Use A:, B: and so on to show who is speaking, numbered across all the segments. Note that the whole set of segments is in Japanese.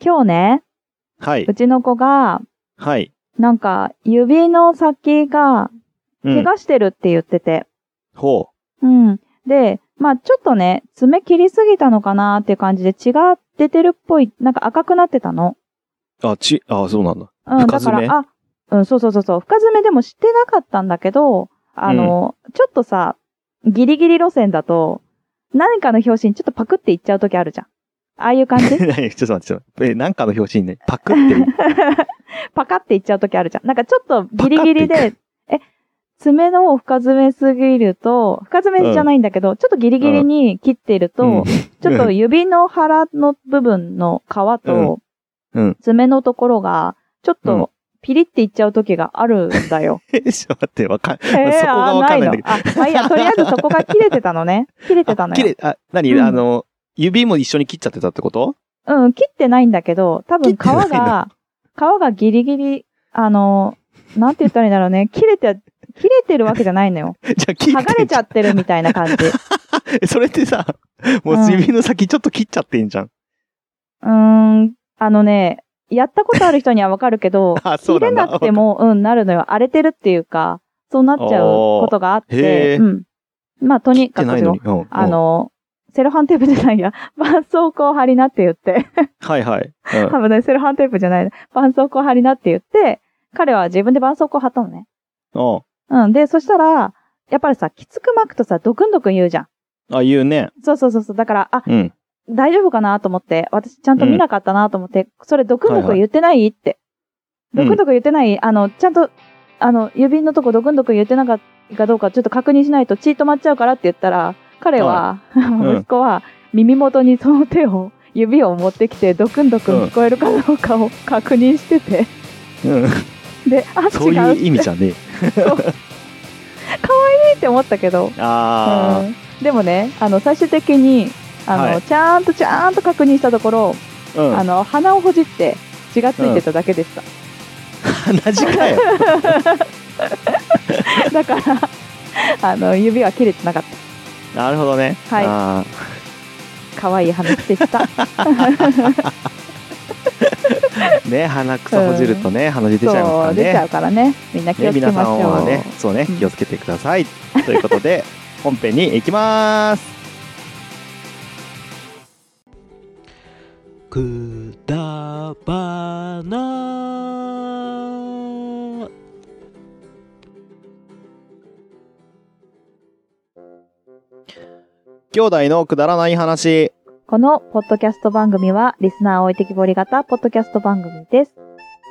A: 今日ね、。
B: はいう
A: ちの子が、
B: はい。
A: なんか、指の先が、
B: う
A: 怪
B: ん。
A: 我してるって言ってて。
B: ほ
A: うん。で、まあ、ちょっとね、爪切りすぎたのかなっていう感じで、血が出てるっぽい、なんか赤くなってたの。
B: う。あ、ち、あ、そ うなんだ。
A: うん、
B: 深
A: だか
B: 爪
A: ら、あ、うん、そうそうそうそう、深爪でもしてなかったんだけど、あの、ちょっとさ、ギリギリ路線だと、何かの表紙にちょっとパクっていっちゃうときあるじゃん。ああいう感じ
B: ちょっと待って、ちょっと待って。え、なんかの表紙にね、パク ってる。
A: パカっていっちゃうときあるじゃん。なんかちょっとギリギリで、え、爪の方を深爪すぎると、深爪じゃないんだけど、ちょっとギリギリに切っていると、
B: うん
A: ちょっと指の腹の部分の皮と、
B: うんうん
A: 爪のところが、ちょっ
B: うん
A: とピリっていっちゃうときがあるん だよ。
B: え、ちょっと待って、わかん、
A: え
B: そこがわかんないんだけど。
A: あないのあ、まあ、いいや、とりあえずそこが切れてたのね。切れてたの
B: 綺
A: よ。
B: 麗、あ、なに、
A: うん
B: あの、指も一緒に切っちゃってたってこと
A: うん、切ってないんだけど、多分皮
B: 切ってない
A: が、皮がギリギリ、あの、なんて言ったらいいんだろう ね。切れて、切れてるわけじゃないのよ。
B: じゃあ 切ってんじゃん
A: 剥がれちゃってるみたいな感じ。う
B: え それってさ、もう指の先ちょっと切っちゃってんじ ゃん。、
A: ーん、あのね、やったことある人にはわかるけど
B: あ、 そ
A: 切
B: うな
A: れ
B: んだ。
A: なくても、うん、なるのよ。荒れてるっていうか、そうなっちゃうことがあっ
B: へ
A: て、
B: ー
A: うん。まあ、とにか
B: 切ってな
A: く
B: いの
A: よ
B: に。、うん
A: あ、の、セロハンテープじゃないや。 絆創膏貼りなって言って。
B: うんはいはい。う ん
A: 多分ね、セロハンテープじゃない。絆創膏貼りなって言って、彼は自分で絆創膏貼ったのね。
B: う
A: うん。で、そしたら、やっぱりさ、きつく巻くとさ、ドクンドクン言うじゃん。
B: ん。あ、言うね。
A: そうそうそうそう。だから、あ、
B: うん。
A: 大丈夫かなと思って、私ちゃんと見なかったなと思って、それドクンドクン言ってない、って。
B: う
A: ド
B: ん
A: クンドクン言ってない、あの、ちゃんと、あの、指のとこドクンドクン言ってなかったかどうかちょっと確認しないと血止まっちゃうからって言ったら、彼は、
B: ん
A: 息子は耳元にその手を、指を持ってきて、ドクンドクン聞こえるかどうかを確認してて、
B: うん。
A: で、あ、
B: そう
A: 違
B: いうう意味じゃね
A: って思ったけど、
B: え。あ
A: うんでもね、あの、最終的に、あの、
B: はい
A: ちゃんとちゃんと確認したところ、
B: あ。うん
A: あ。の、鼻をほじって血がついてただけでした。
B: 同じかよ。
A: だから、 あの、指は切れてなかった。
B: なるほどね。
A: はい
B: あ
A: 可愛い話でした。
B: ーね、鼻くそほじるとね、鼻血 出ちゃいますか
A: そ
B: ら
A: う、出ちゃ
B: ね。
A: うからね。みんな気
B: ね、
A: をつけ
B: 皆
A: まし
B: さん
A: ょ
B: は
A: う。
B: ね、そうね、
A: うん
B: 気をつけてください。ということ で、本編に行きまーす。
C: くだばな
B: 兄弟のくだらない話。
A: このポッドキャスト番組は、リスナー置いてきぼり型ポッドキャスト番組です。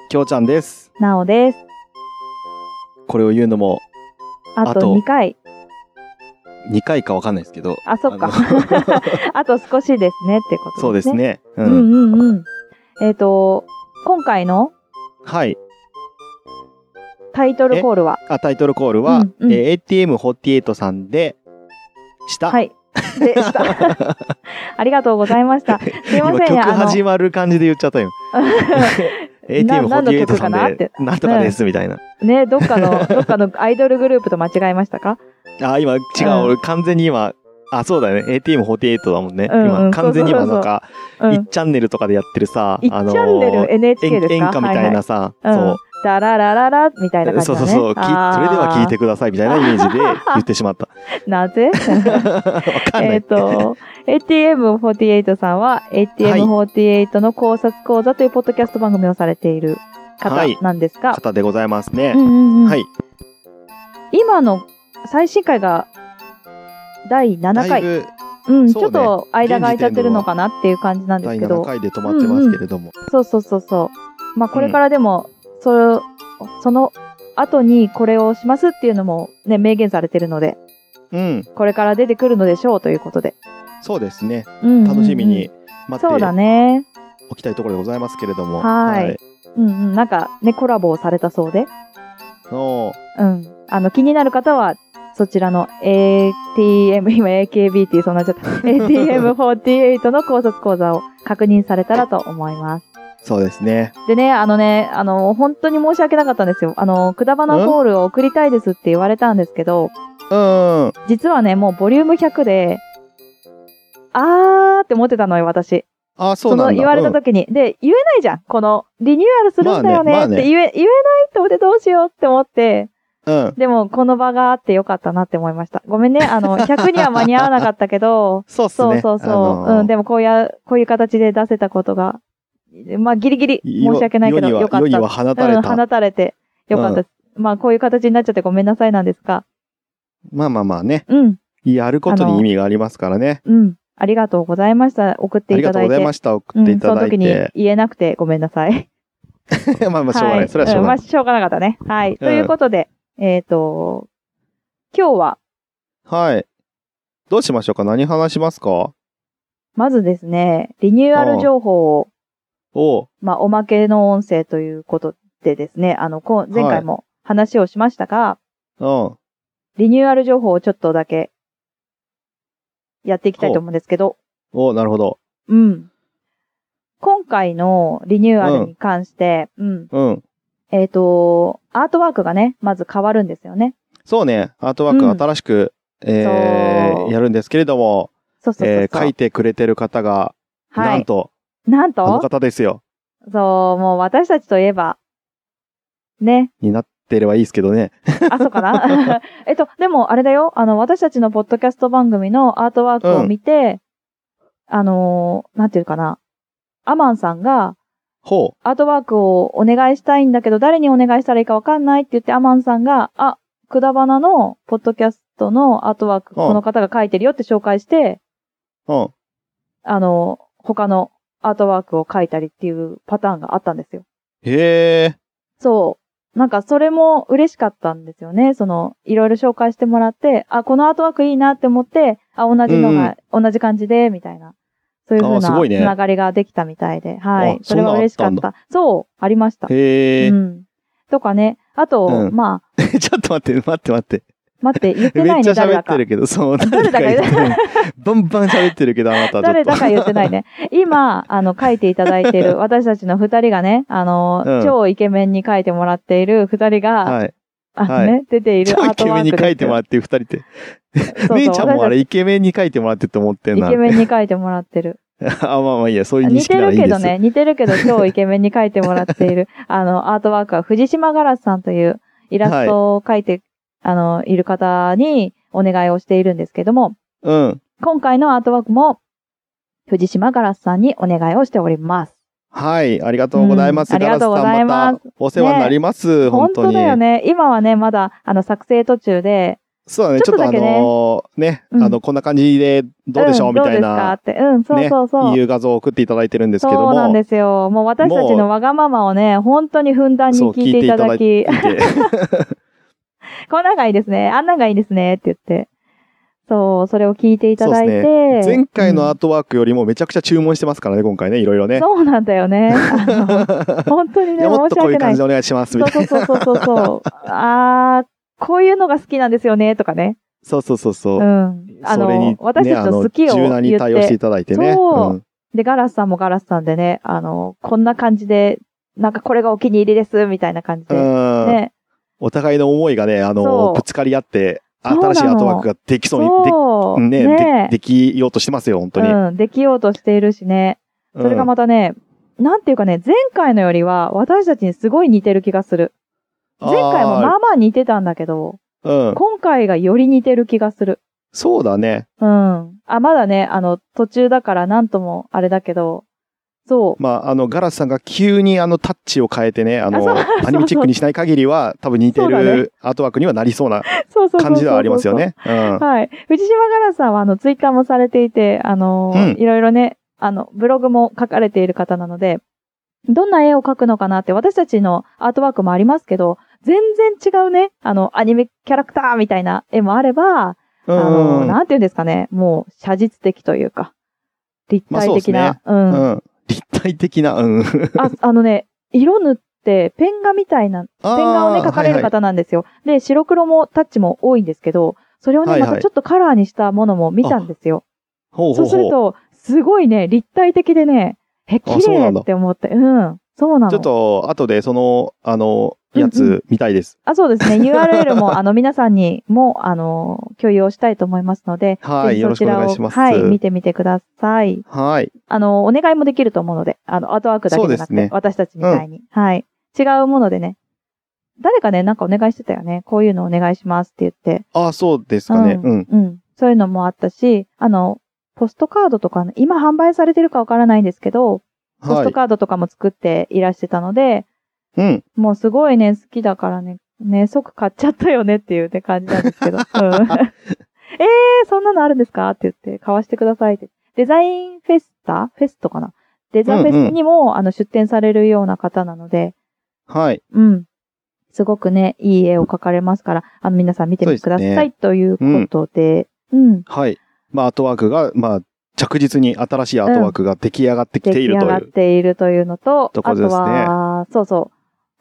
B: きょうちゃんです。
A: なおです。
B: これを言うのも
A: あ
B: あと
A: と2回。
B: 2回かわかんないですけど。
A: あ、そっか
B: あ。
A: あと少しですねってことですね。
B: そうです。ね。う。
A: うんんうんうん。えっ、と、今回の
B: はい。
A: タイトルコールは、
B: あ、タイトルコール
A: う
B: は、
A: んうん
B: えー ATM48 さんで、した。
A: はい。で した。ありがとうございました。すいません
B: 今
A: ね。
B: 曲
A: あの
B: 始まる感じで言っち ゃったよ。
A: な何の曲
B: ATM48 さ
A: か
B: ん
A: なっ
B: で
A: て、
B: なんとかです、みたいな。
A: ね、どっかの、どっかのアイドルグループと間違えましたか
B: あ、今、違う、
A: うん
B: 俺完全に今、あ、そうだよね。ATM48 だもんね。
A: うんうん
B: 今、完全に今
A: そうそうそう
B: なんか、
A: うん。
B: 1チャンネルとかでやってるさ、
A: 1チャンネル NHK
B: 演
A: ですか
B: 演歌みたいな
A: は
B: さ、
A: いはい、うん
B: そう。。
A: ダララララみたいな感じ
B: そう
A: だ、ね。
B: そうそう、きそれで
A: あー
B: は聞いて。くださいみたいなイメージで言ってし まった。
A: なぜ
B: わかんな
A: えっ
B: い。
A: と、ATM48 さんは、ATM48 の考察講座というポッドキャスト番組をされている方
B: はい
A: なんですが、
B: 方でございます
A: う
B: ね。
A: んうんうん
B: はい。
A: 今の最新回が第7
B: だい
A: 回。
B: ぶ
A: うん、ち
B: そう
A: ょ
B: ね
A: っと間が空いちゃってるのかなっていう感じなんです
B: 第
A: け
B: 7
A: ど、
B: 回で止まってますけれども。
A: そうそうそうそう。まあこれからでも、それをその後にこれをしますっていうのもね、明言されてるので、
B: うん、
A: これから出てくるのでしょうということで。
B: そうですね。
A: うんうんうん
B: 楽しみに待
A: そうだ
B: って
A: ね。
B: おきたいところでございますけれども。
A: はいうんうん。なんかね、コラボをされたそうで。
B: の、
A: うん。あの、気になる方は、そちらの ATM、今 AKB って言いそうになっちゃった。ATM48 の考察講座を確認されたらと思います。
B: そうですね。
A: でね、あのね、あの、本当に申し訳なかったんですよ。あの、くだばなコールを送りたいですって言われたんですけど、
B: うん。
A: 実はね、もうボリューム100で、あーって思ってたのよ、私。
B: あ、そ
A: そう
B: なん
A: の
B: だ。
A: 言われた時に、で、言えないじゃん。この、リニューアルするんだよねっ
B: まあねまあね
A: て言え、言えないと思ってどうしようって思って、
B: うん。うん。、
A: でも、この場があってよかったなって思いました。ごめんね、あの、100には間に合わなかったけど
B: そうっす
A: そう
B: ね。
A: そうそう、
B: あのー
A: うん、でもこうや、こういう形で出せたことが、まあ、ギリギリ、申し訳ないけど、
B: 世に
A: よ
B: は
A: かっ
B: 世に
A: た。
B: は放たれ
A: うん、
B: た。
A: 放たれて、よかったです。まあ、こういう形になっちゃってごめんなさいなんですが、
B: まあまあまあね。
A: うん、
B: やることに意味がありますからね。
A: うん、ありがとうございました。送っ
B: あ
A: て
B: り
A: い
B: が
A: た
B: と
A: だ
B: う
A: い
B: ご
A: て。
B: ざいました。送っていただ
A: うん、その
B: い
A: 時に
B: て。
A: 言えなくてごめんなさい。
B: まあまあ、しょうがない。それはし
A: は
B: ょうがない
A: いんまあ、しょうがなかったね。はい。ということで、えっ、と、今日は、
B: はい。どうしましょうか何話しますか
A: まずですね、リニューアル情報を、
B: おう
A: まあ、おまけの音声ということでですね、あの、こう前回も話をしましたが、
B: うん。
A: リニューアル情報をちょっとだけ、やっていきたいと思うんですけど、
B: おうなるほど。
A: うん。今回のリニューアルに関して、うん、
B: うん。
A: えっ、と、アートワークがね、まず変わるんですよね。
B: そうね。アートワーク
A: うん
B: 新しく、えー
A: そう
B: やるんですけれども、
A: そうそうそうそう。
B: えー書いてくれてる方が、
A: は
B: なん
A: い。
B: と、
A: なん
B: あの
A: と
B: 方ですよ。
A: そう、もう私たちといえば、ね、
B: になってればいいですけどね。
A: あ、そうかなえっと、でもあれだよ、あの、私たちのポッドキャスト番組のアートワークを見て、あのーなんていうかな、アマンさんが、
B: ほ
A: アートワークをお願いしたいんだけど、誰にお願いしたらいいかわかんないって言って、アマンさんが、あ、くだばなのポッドキャストのアートワーク、
B: うん
A: この方が書いてるよって紹介して、
B: う。うん。
A: あのー他のアートワークを書いたりっていうパターンがあったんですよ。
B: へえ。
A: そう。なんかそれも嬉しかったんですよね。その、いろいろ紹介してもらって、あ、このアートワークいいなって思って、あ、同じのが、同じ感じで、みたいな。そういうふう
B: あすご
A: ない
B: ね
A: つながりができたみたいで。はい。
B: あ
A: それは嬉しか
B: そ
A: っ
B: んな
A: た。
B: の
A: そう、ありました。
B: へえ。
A: うん。とかね。あと、
B: うん
A: まあ、
B: ちょっと待って、待って待って。
A: 待 って、言ってな
B: め
A: い
B: っちゃ
A: ね、誰
B: 喋
A: だ
B: って
A: か。
B: るけど、そう、
A: 誰だか
B: 誰だか言って バンバン喋ってるけど、あなたはちょっと。
A: 誰だか言ってないね。今、あの、書いていただいて る、私たちの二人がね、あの、
B: うん
A: 超イケメンに書いてもらっている二人が、
B: はい。
A: あのね、
B: は
A: 出ている
B: 超
A: アー
B: イ
A: ト
B: ケメ
A: ワー
B: ン
A: ク
B: に
A: です
B: 書いてもら
A: っ
B: ってる二人って。
A: て
B: 姉ちゃんもあれイケメンに書いてもらってって思ってん
A: イ
B: な。
A: ケメンに書いてもらって る。
B: あ、まあまあいいや、そういう認
A: 似
B: 識
A: て
B: なら
A: る
B: いいで
A: け
B: す。
A: どね、似てるけど 超イケメンに書いてもらっている、あの、アートワークは藤島ガラスさんというイラストを書いて、あの、いる方にお願いをしているんですけども、
B: うん。
A: 今回のアートワークも藤島ガラスさんにお願いをしております。
B: はい、ありがとうございます。
A: うんありがとうございます
B: ガラスさんまたお世話になります、本当に。
A: だよね。今はね、まだ、あの、作成途中で、
B: そうだね、ち
A: ちょ
B: ょ
A: っ
B: っ
A: と
B: とあ
A: だけね
B: のーね、
A: うん
B: あの、こんな感じでどうでしょう、
A: ん
B: みたいな、
A: どうですかって。うん、そうそうそう。
B: いう画像を送っていただいてるんですけども。
A: そうなんですよ。もう私たちのわがままをね、本当にふんだんに
B: そう
A: 聞いていただき、
B: 聞いていただいて
A: こんなんがいいですね、あんなんがいいですね、って言って。そう、それを聞いていただいて。
B: そうですね。前回のア
A: う
B: ートワークよりもめちゃくちゃ注文してますからね、今回ね、いろいろ
A: ん
B: ね。
A: そうなんだよね。あの本当に
B: い
A: ね、
B: や、もっ
A: 申
B: と
A: し
B: こうい
A: 訳な
B: う感
A: い。
B: じで
A: そう
B: お願いします、みたいな。
A: そうそうそうそうそう。あー、こういうのが好きなんですよね、とかね。
B: そうそうそうそうう。
A: ん。あ
B: それに
A: の
B: ね、
A: 私たちの好きを
B: あの柔軟に
A: 言っ
B: 対応して
A: て
B: い、ただいてね。
A: そう
B: うん
A: で、ガラスさんもガラスさんでね、あの、こんな感じで、なんかこれがお気に入りです、みたいな感じ
B: う
A: で。
B: ん。
A: ね。
B: お互いの思いがね、あ
A: そ
B: の、
A: う
B: ぶつかり合って、
A: そうなの
B: 新しいアートワークができそうに、
A: そう。
B: で、ね
A: ね
B: で、できようとしてますよ、本当に。
A: うん、できようとしているしね。それがまたね、なんていうかね、前回のよりは私たちにすごい似てる気がする。
B: うん
A: 前回も
B: あ
A: まあまあ似てたんだけど、
B: ーうん。
A: 今回がより似てる気がする。
B: そうだね。
A: うん。あ、まだね、あの、途中だからなんともあれだけど、そう。
B: まあ、あの、ガラスさんが急にあの、タッチを変えてね、あ
A: あそ
B: の、
A: う
B: アニメチックにしない限りは、多分似て
A: そうだね
B: るアートワークにはなりそうな
A: そうそうそうそうそう
B: 感じではありますよ。ね。 うん。
A: はい。藤島ガラスさんは、あの、ツイッターもされていて、あのー
B: うん
A: いろいろね、あの、ブログも書かれている方なので、どんな絵を描くのかなって、私たちのアートワークもありますけど、全然違うね、あの、アニメキャラクターみたいな絵もあれば、
B: う
A: あのー
B: ん。
A: なんていうんですかね、もう、写実的というか、立
B: まあそ
A: 体
B: うです
A: 的
B: ね
A: な、うん。
B: うん。立体的な、 うん。
A: あ、あのね、色塗って、ペン画みたいな、ペン画をね、
B: あー
A: 描かれる
B: はい
A: 方なんですよ。で、白黒もタッチも多いんですけど、それをね、
B: はいはい
A: またちょっとカラーにしたものも見たんですよ。
B: ほう
A: そう
B: ほう
A: する
B: ほう。
A: と、すごいね、立体的でね、え、
B: あ
A: 綺
B: そうな
A: 麗
B: んだ
A: って思って、うん。そうなの。
B: ちょっと、後でその、あの、や
A: うんう
B: つ見たいです。
A: あ、そうですね。URL も、あの、皆さんにも、あの、共有をしたいと思いますので、
B: はい
A: ぜひそちらを
B: よろしくお願いします
A: はい、見てみてください。
B: はい。
A: あの、お願いもできると思うので、あの、アートワークだけじゃなくて、
B: そうですね
A: 私たちみたいに、はい。違うものでね。誰かね、なんかお願いしてたよね。こういうのお願いしますって言って。
B: あ、そうですかね。うん。
A: うん。そういうのもあったし、あの、ポストカードとかね、今販売されてるかわからないんですけど、ポス
B: は
A: ト
B: い。
A: カードとかも作っていらしてたので、
B: うん。
A: もうすごいね、好きだからね、ね、即買っちゃったよねっていうね感じなんです けど。うん、 えー、そんなのあるんですかって言って、買わしてくださいって。デザインフェスタフェストかなデザフェスにも、あの出展されるような方なので、
B: はい。
A: うん。すごくね、いい絵を描かれますから、あの皆さん見てみてくだ
B: そう
A: さ
B: で
A: い、
B: す
A: ということで、うん。
B: はい。まあ、アートワークが、まあ、着実に新しいアートワークが出来上がってき
A: 出
B: て
A: 来
B: い
A: 上
B: るとい
A: がっ
B: う。
A: ているというのと、
B: とこ
A: あ
B: ろ
A: と
B: ですね
A: は、そうそう。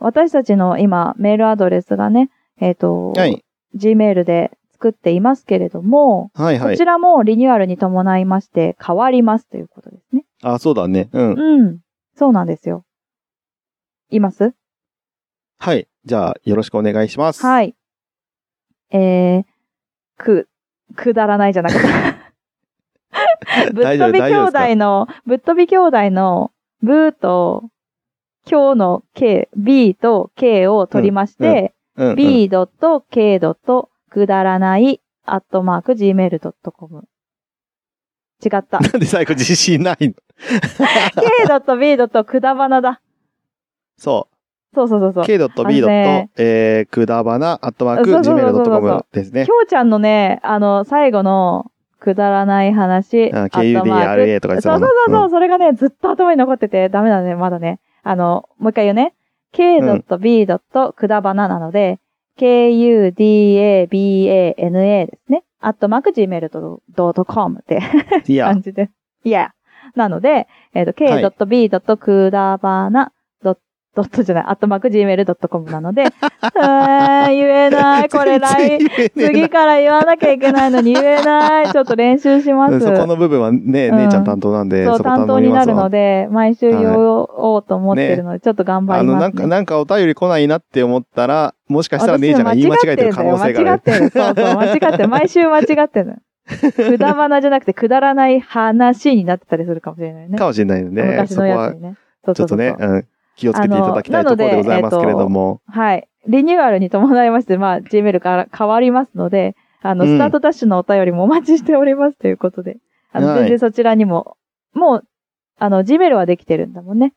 A: 私たちの今、メールアドレスがね、えっ、と、
B: はい。
A: Gmail で作っていますけれども、
B: はいは
A: こ
B: い
A: ち。らもリニューアルに伴いまして変わりますということですね。
B: あ、そうだね。うん。
A: うん。そうなんですよ。います
B: はい。じゃあ、よろしくお願いします。い。
A: はい。えー、く、くだらないじゃなくて。ぶっ
B: 大丈
A: 飛
B: 夫
A: び兄弟の、ぶっ飛び兄弟の、ブーと、今日の K、B と K を取りまして、
B: うんうん、うん。
A: b.k. くだらない、アットマーク、gmail.com。違 った。
B: なんで最後自信ないの
A: k.b. くだばなだ。
B: そ。
A: そうそうそうそうう。き
B: k.b. と、
A: あのね
B: えー、くだばな、アットマーク、
A: そうそうそうそうそう
B: gmail.com ですね。
A: ょうちゃんのね、あの、最後の、くだらない話。
B: あ
A: アットマーク
B: KUDRA とか言って
A: そ
B: たも
A: うんそう
B: な
A: そうそう、それがね、ずっと頭に残ってて、ダメだね、まだね。あの、もう一回言うね。k.b. くだばななので、kudabana ですね。アットマーク gmail.com って。
B: いや
A: 感、じで。いや。なので、えっ、と、
B: はい
A: k.b. くだばな、ドット、ドットじゃない、アットマーク gmail.com なので、えー、言えない、これ来、
B: 全然言えねえ
A: 次から言わなきゃいけないのに言えない、ちょっと練習します。
B: なそこの部分はね、
A: うん
B: 姉ちゃん担当なんで、
A: そう
B: そこ
A: 担当
B: 頼み
A: にな
B: ます
A: るの
B: わ。
A: で、毎週言おうと思ってるので、ちょっと頑張
B: あ
A: り
B: の、
A: ま
B: な
A: す、
B: ん
A: ね。
B: か、なんかお便り来ないなって思ったら、もしかしたら姉ちゃんが言い間違えてる可能性がある。
A: 私間違ってんだよ間違ってる。そうそう、間違ってる。毎週間違ってる。 くだばなじゃなくて、くだらない話になってたりするかもしれないね。
B: かもしれないので、
A: 昔
B: そこ
A: のや
B: は
A: つにね。そう
B: ち
A: そう
B: ょっ
A: そうそ
B: と
A: う
B: ね、うん、気をつけていただきたいところでございますけれども。
A: はい。リニューアルに伴いまして、まあ、Gmail から変わりますので、あの、
B: うん
A: スタートダッシュのお便りもお待ちしておりますということで、あの、
B: はい
A: 全然そちらにも、もう、あの、Gmail はできてるんだもんね。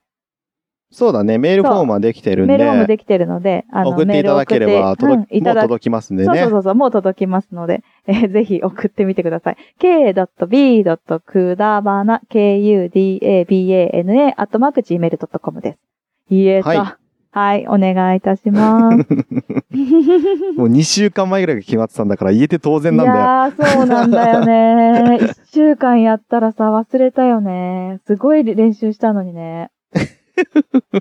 B: そうだね、メールフォームはできてるん
A: メールフォーム
B: で、
A: できてるので、あの、
B: 送っていただければ、
A: メールを送っ
B: 届
A: てうん
B: き
A: い
B: も
A: た
B: う
A: だ
B: 届きますんで
A: そうそう
B: ね。
A: そうそう、もう届きますので、えーぜひ送ってみてください。k.b. くだばな kudabana アットマーク gmail.com です。言えた。は、
B: はい
A: お願いいたします。
B: もう2週間前ぐらいが決まってたんだから、言えて当然
A: い
B: なんだよ。
A: やー、そうなんだよね。一週間やったらさ、忘れたよね。すごい練習したのにね。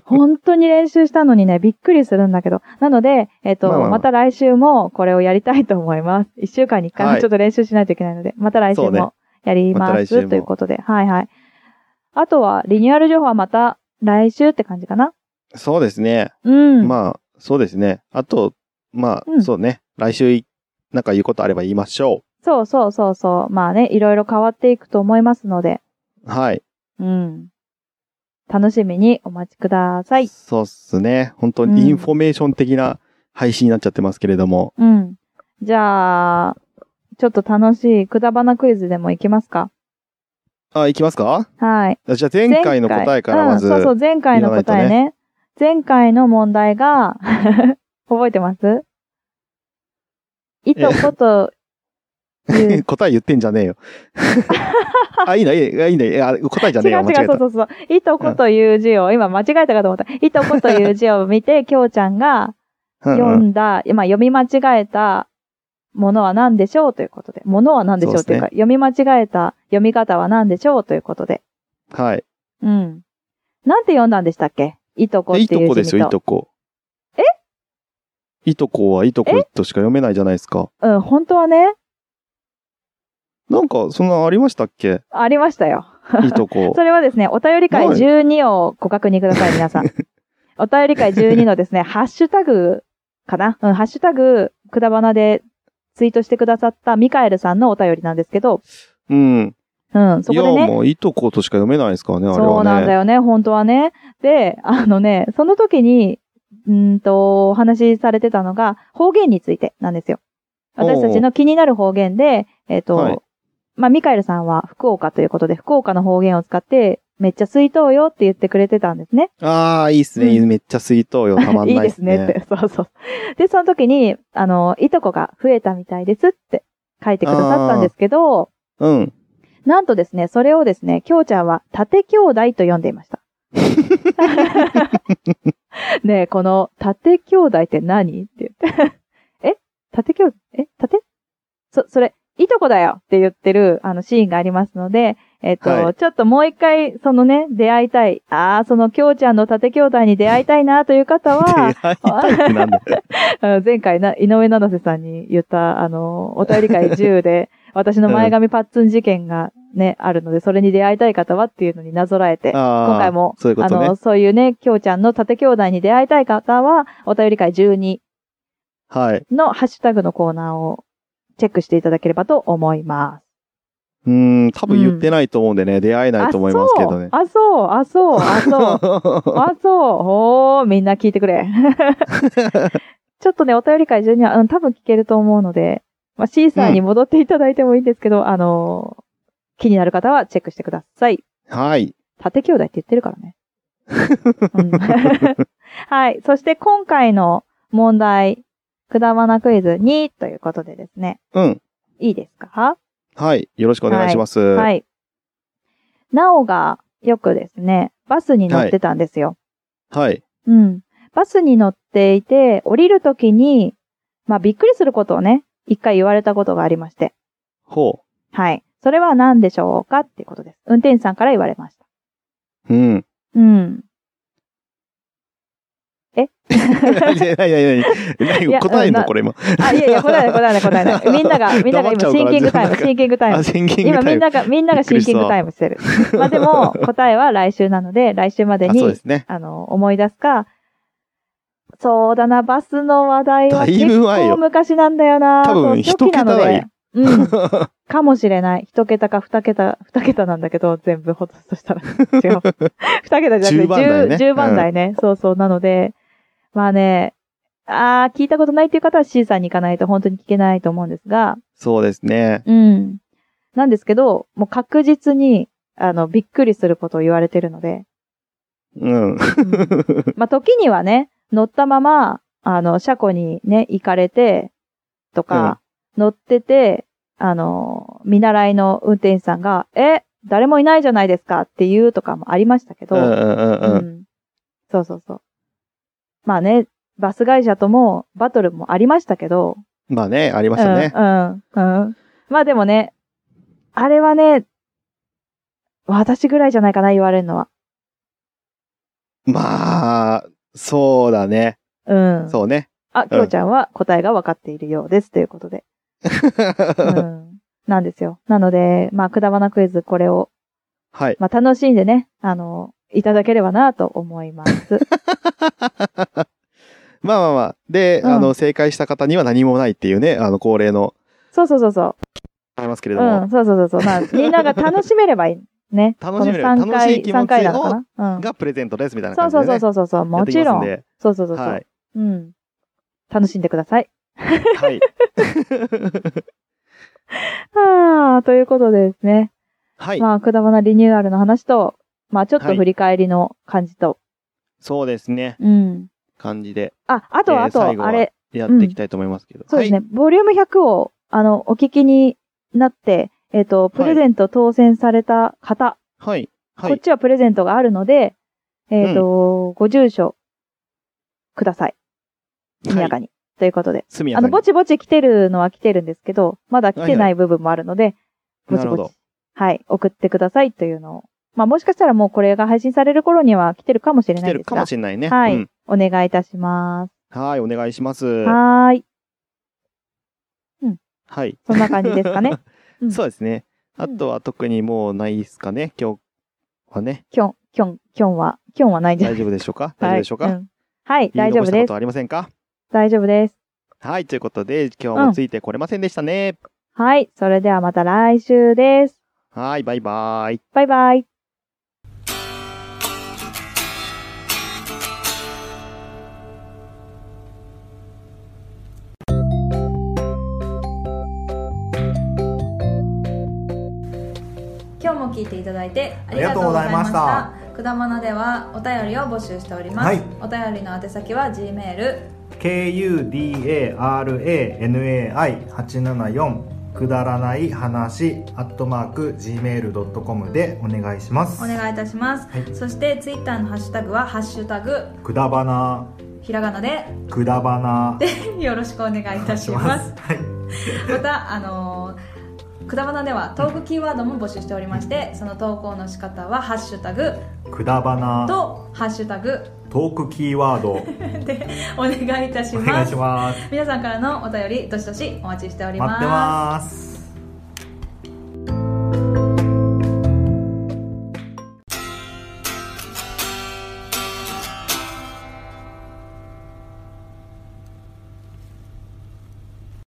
A: 本当に練習したのにね、びっくりするんだけど。なので、えっ、と、
B: まあまあまあ
A: また来週もこれをやりたいと思います。一週間に一回
B: は
A: はいちょっと練習しないといけないので、また来週
B: そうね
A: もやり
B: また
A: ま
B: 来
A: す、
B: 週も
A: ということで。はいはい。あとは、リニューアル情報はまた来週って感じかな。
B: そうですね。
A: うん。
B: まあ、そうですね。あと、ま
A: うん
B: あ、そうね。来週い、なんか言うことあれば言いましょ
A: そうそうそうそう。まあね、いろいろ変わっていくと思いますので。
B: う。はい。
A: うん。楽しみにお待ちください。
B: そうっすね。本当
A: うん
B: にインフォメーション的な配信になっちゃってますけれども。
A: うん。じゃあ、ちょっと楽しいくだばなクイズでもいきますか
B: あ、いきますか
A: はい。
B: じゃあ前回の答えからまず。
A: うん、そうそう、前回の答え
B: 言わ
A: ね。前回の問題が、 覚えてますいとこと、言う。違う
B: 答え言ってんじゃね えよ。あ、いいの、いいの、いいのいや、答え じゃねえ
A: 違
B: よ、
A: う
B: 間違え
A: そう
B: た。
A: そうそう。いとこという字を、今間違えたかと思った。いとこという字を見て、きょうちゃんが
B: うん
A: 読
B: うん
A: んだ、まあ読み間違えたものは何でしょうということで。ものは何でしょうっていうか、読み間違えた読み方は何でしょうということで。
B: はい。
A: うん。なんて読んだんでしたっけいとこっ
B: で
A: てい
B: い
A: 字に
B: うとこですよ、いとこ。えいとこはいとことしか読めないじゃないですか。
A: うん、本当はね、
B: なんか、そんなのありましたっけ
A: ありましたよ。
B: いとこ
A: そ。れはですね、お便り会
B: はい
A: 12をご確認ください、皆さ ん。お便り会12のですね、ハッシュタグかなうん、ハッシュタグ、くだばなでツイートしてくださったミカエルさんのお便りなんですけど、
B: うん。
A: うん、そ
B: い
A: こ
B: や、
A: でね、
B: もういとことしか読めないですからね、あれはね。
A: そうなんだよね、本当はね。で、あのね、その時に、うーんと、お話しされてたのが、方言についてなんですよ。私たちの気になる方言で、えっ、と、
B: はい
A: まあ、ミカエルさんは福岡ということで、福岡の方言を使って、めっちゃ水筒よって言ってくれてたんですね。
B: ああ、いいっすね。
A: う
B: めっちゃ水筒よ。たまん
A: いい
B: ない
A: で
B: っ
A: すねって。 そうそう。で、その時に、あの、いとこが増えたみたいですって書いてくださったんですけど、
B: うん。
A: なんとですね、それをですね、きょうちゃんは縦兄弟と呼んでいました。ねえ、この縦兄弟って何って 言って。え縦兄弟え縦そ、それ、いとこだよって言ってる、あの、シーンがありますので、えっ、と、
B: は
A: ちょっともう一回、そのね、出会いたい。ああ、そのきょうちゃんの縦兄弟に出会いたいなという方
B: 出
A: は
B: 会い、たいってなんだよ
A: あの前回な、井上七瀬さんに言った、あの、お便り会10で、 私の前髪パッツン事件がね、あるので、それに出会いたい方はっていうのになぞらえて、
B: あー
A: 今回も、
B: そういうこ
A: あ
B: とね
A: の、。そういうね、きょうちゃんの縦兄弟に出会いたい方は、お便り会12
B: はい。
A: のハッシュタグのコーナーをチェックしていただければと思います。
B: うーん、多分言ってないと思うんでね、出会えないと思いますけどね。
A: あ、そう、あ、そう、あ、そう、あ、そう。 あ、そう、ほー、みんな聞いてくれ。ちょっとね、お便り会中には、うん、多分聞けると思うので、まあ、シーサーに戻っていただいてもいいんですけど、あのー気になる方はチェックしてください。
B: はい。
A: 縦兄弟って言ってるからね。うんはい。そして今回の問題、くだばなクイズ2ということでですね。
B: うん。
A: いいですか
B: はい。よろしくお願いします。。
A: はいい。なおがよくですね、バスに乗ってたんですよ。
B: はい。
A: うん。バスに乗っていて、降りるときに、まあ、びっくりすることをね、一回言われたことがありまして。
B: ほ
A: はい。それは何でしょうかっていうことです。運転手さんから言われました。
B: う。うん。
A: うん。
B: いや いやいやいや
A: いや
B: 何答えん
A: うんな
B: のこれ今。
A: あ、いやいや、答えない、答えない、答 えない。みんなが、みんなが今、シンキングタイム、シンキングタイム
B: あ、。宣言
A: 今
B: タ
A: み
B: イ
A: ん
B: ム。
A: なが、みんながシンキングタイムしてる。まあでも、答えは来週なので、来週まで
B: あ、そうで
A: に、
B: すね。
A: あの、思い出すか、そうだな、バスの話題は
B: だい
A: 結
B: ぶ前
A: 構
B: よ
A: 昔なんだよな。
B: 多分
A: そう初期なの
B: 一桁だ
A: で
B: よ。
A: うん。 かもしれない。一桁か二桁、二桁なんだけど、全部ほととしたら。違う。 二桁じゃな
B: 10番台
A: くて、
B: ね
A: 10番台ね。そうそう。なので、まあね、あー、聞いたことないっていう方は C さんに行かないと本当に聞けないと思うんですが、
B: そうですね。
A: うん。なんですけど、もう確実に、あの、びっくりすることを言われてるので、
B: うん。
A: うんまあ、時にはね、乗ったまま、あの、車庫にね、行かれて、とか、乗ってて、あの、見習いの運転手さんが、え、誰もいないじゃないですかっていうとかもありましたけ
B: うん
A: ど、
B: うんうんうん。
A: んそうそうそう。まあね、バス会社ともバトルもありましたけど、
B: まあね、ありましたね。
A: うん、うん、うん。まあでもね、あれはね、私ぐらいじゃないかな、言われるのは。
B: まあ、そうだね。
A: うん。
B: そうね。
A: あ、きょうちゃんは答えが分かっているようです、ということで。うん。なんですよ。なので、まあ、くだばなクイズ、これを、
B: はい。
A: まあ、楽しんでね、あの、いただければなと思い ます。
B: まあまあまあ。で、
A: うん
B: あの、正解した方には何もないっていうね、あの、恒例の、
A: そうそうそうそ
B: ありますけ
A: う。
B: れども。
A: うん、そうそうそうそう。まあ、みんなが楽しめればいい。ね。
B: 楽しめる
A: この3
B: 楽しい
A: 回、
B: 気持ち
A: 三回なのかなうん。
B: がプレゼントですみたいな
A: そ
B: 感
A: う
B: じで、
A: そうそ
B: ね。
A: うそうそうそう。もちろん。
B: やって
A: そうそうそ
B: いき
A: うそ
B: ますんで。は
A: うう
B: い。。
A: ん。楽しんでください。
B: はい。
A: はあ、ということでですね。
B: はい。
A: まあ、くだばなリニューアルの話と、まあ、ちょっと振り返りの感じと。
B: そうですね。
A: うん。
B: 感じで
A: あ、あと、
B: えー
A: あと、
B: 最後は
A: あれ、
B: やっていきたいと思いますけど。
A: そうですね。ボリューム100を、あの、お聞きになって、えっ、と、プレゼント当選された方、
B: はい。はい。
A: こ
B: は
A: っ
B: い。
A: ちはプレゼントがあるので、えっ、と、ご住所、ください。速やかに。ということで。
B: 速や
A: あ
B: か
A: の、
B: に
A: ぼちぼち来てるのは来てるんですけど、まだ来て
B: は
A: ない部分もあるので、ぼ
B: な
A: ち
B: るほ
A: ぼ
B: ど
A: ち。。はい、送ってくださいというのを。まあ、もしかしたらもうこれが配信される頃には来てるかもしれな
B: 来
A: い
B: て
A: で
B: る
A: す
B: か
A: が
B: も、しれないね。
A: はい
B: うん
A: お願いいたします。
B: はい。お願いします。は
A: はーい。
B: い。
A: そんな感じですかね。うん
B: そうですね。
D: あとは特にもうないですかね、今日はね。
E: キョン、キョン、キョンは、キョンはないんじゃな
D: 大
E: い
D: 丈夫でしょう か大丈夫
E: はい
D: でしょうか、
E: うんはい、
D: 言い
E: 大丈
D: 残
E: 夫
D: したこ
E: で
D: と
E: す。
D: ありませんか
E: 大丈夫です。
D: はい、ということで、今日もついてこれませんでしたね。
E: はい、それではまた来週です。
D: はい、バイバイ。
E: バイバイ。
A: 今日も聞いていただいてあ
B: あ
A: り
B: り
A: が
B: が
A: と
B: と
A: う
B: う
A: ご
B: ご
A: ざ
B: ざ
A: い
B: い
A: ま
B: ま
A: し
B: した
A: たくだまなではお便りを募集しております、
B: はい
A: お便りの宛先は G メール
B: kudaranai874 くだらない話アットマーク gmail.com でお願いします
A: お願いいたします、
B: はい
A: そしてツイッターのハッシュタグは「ハッシュタグ
B: くだばな
A: ひらがなで
B: くだばな」
A: でよろしくお願いいたします
B: はい
A: またあのーくだばなではトークキーワードも募集しておりましてその投稿の仕方は「ハッシュタグ
B: くだば」な
A: と「ハッシュタグ
B: トークキーワード」
A: で お願いいたし
B: お
A: ま
B: 願い
A: す
B: します
A: 皆さんからのお便りどしどしお待ちしており
B: 待ってます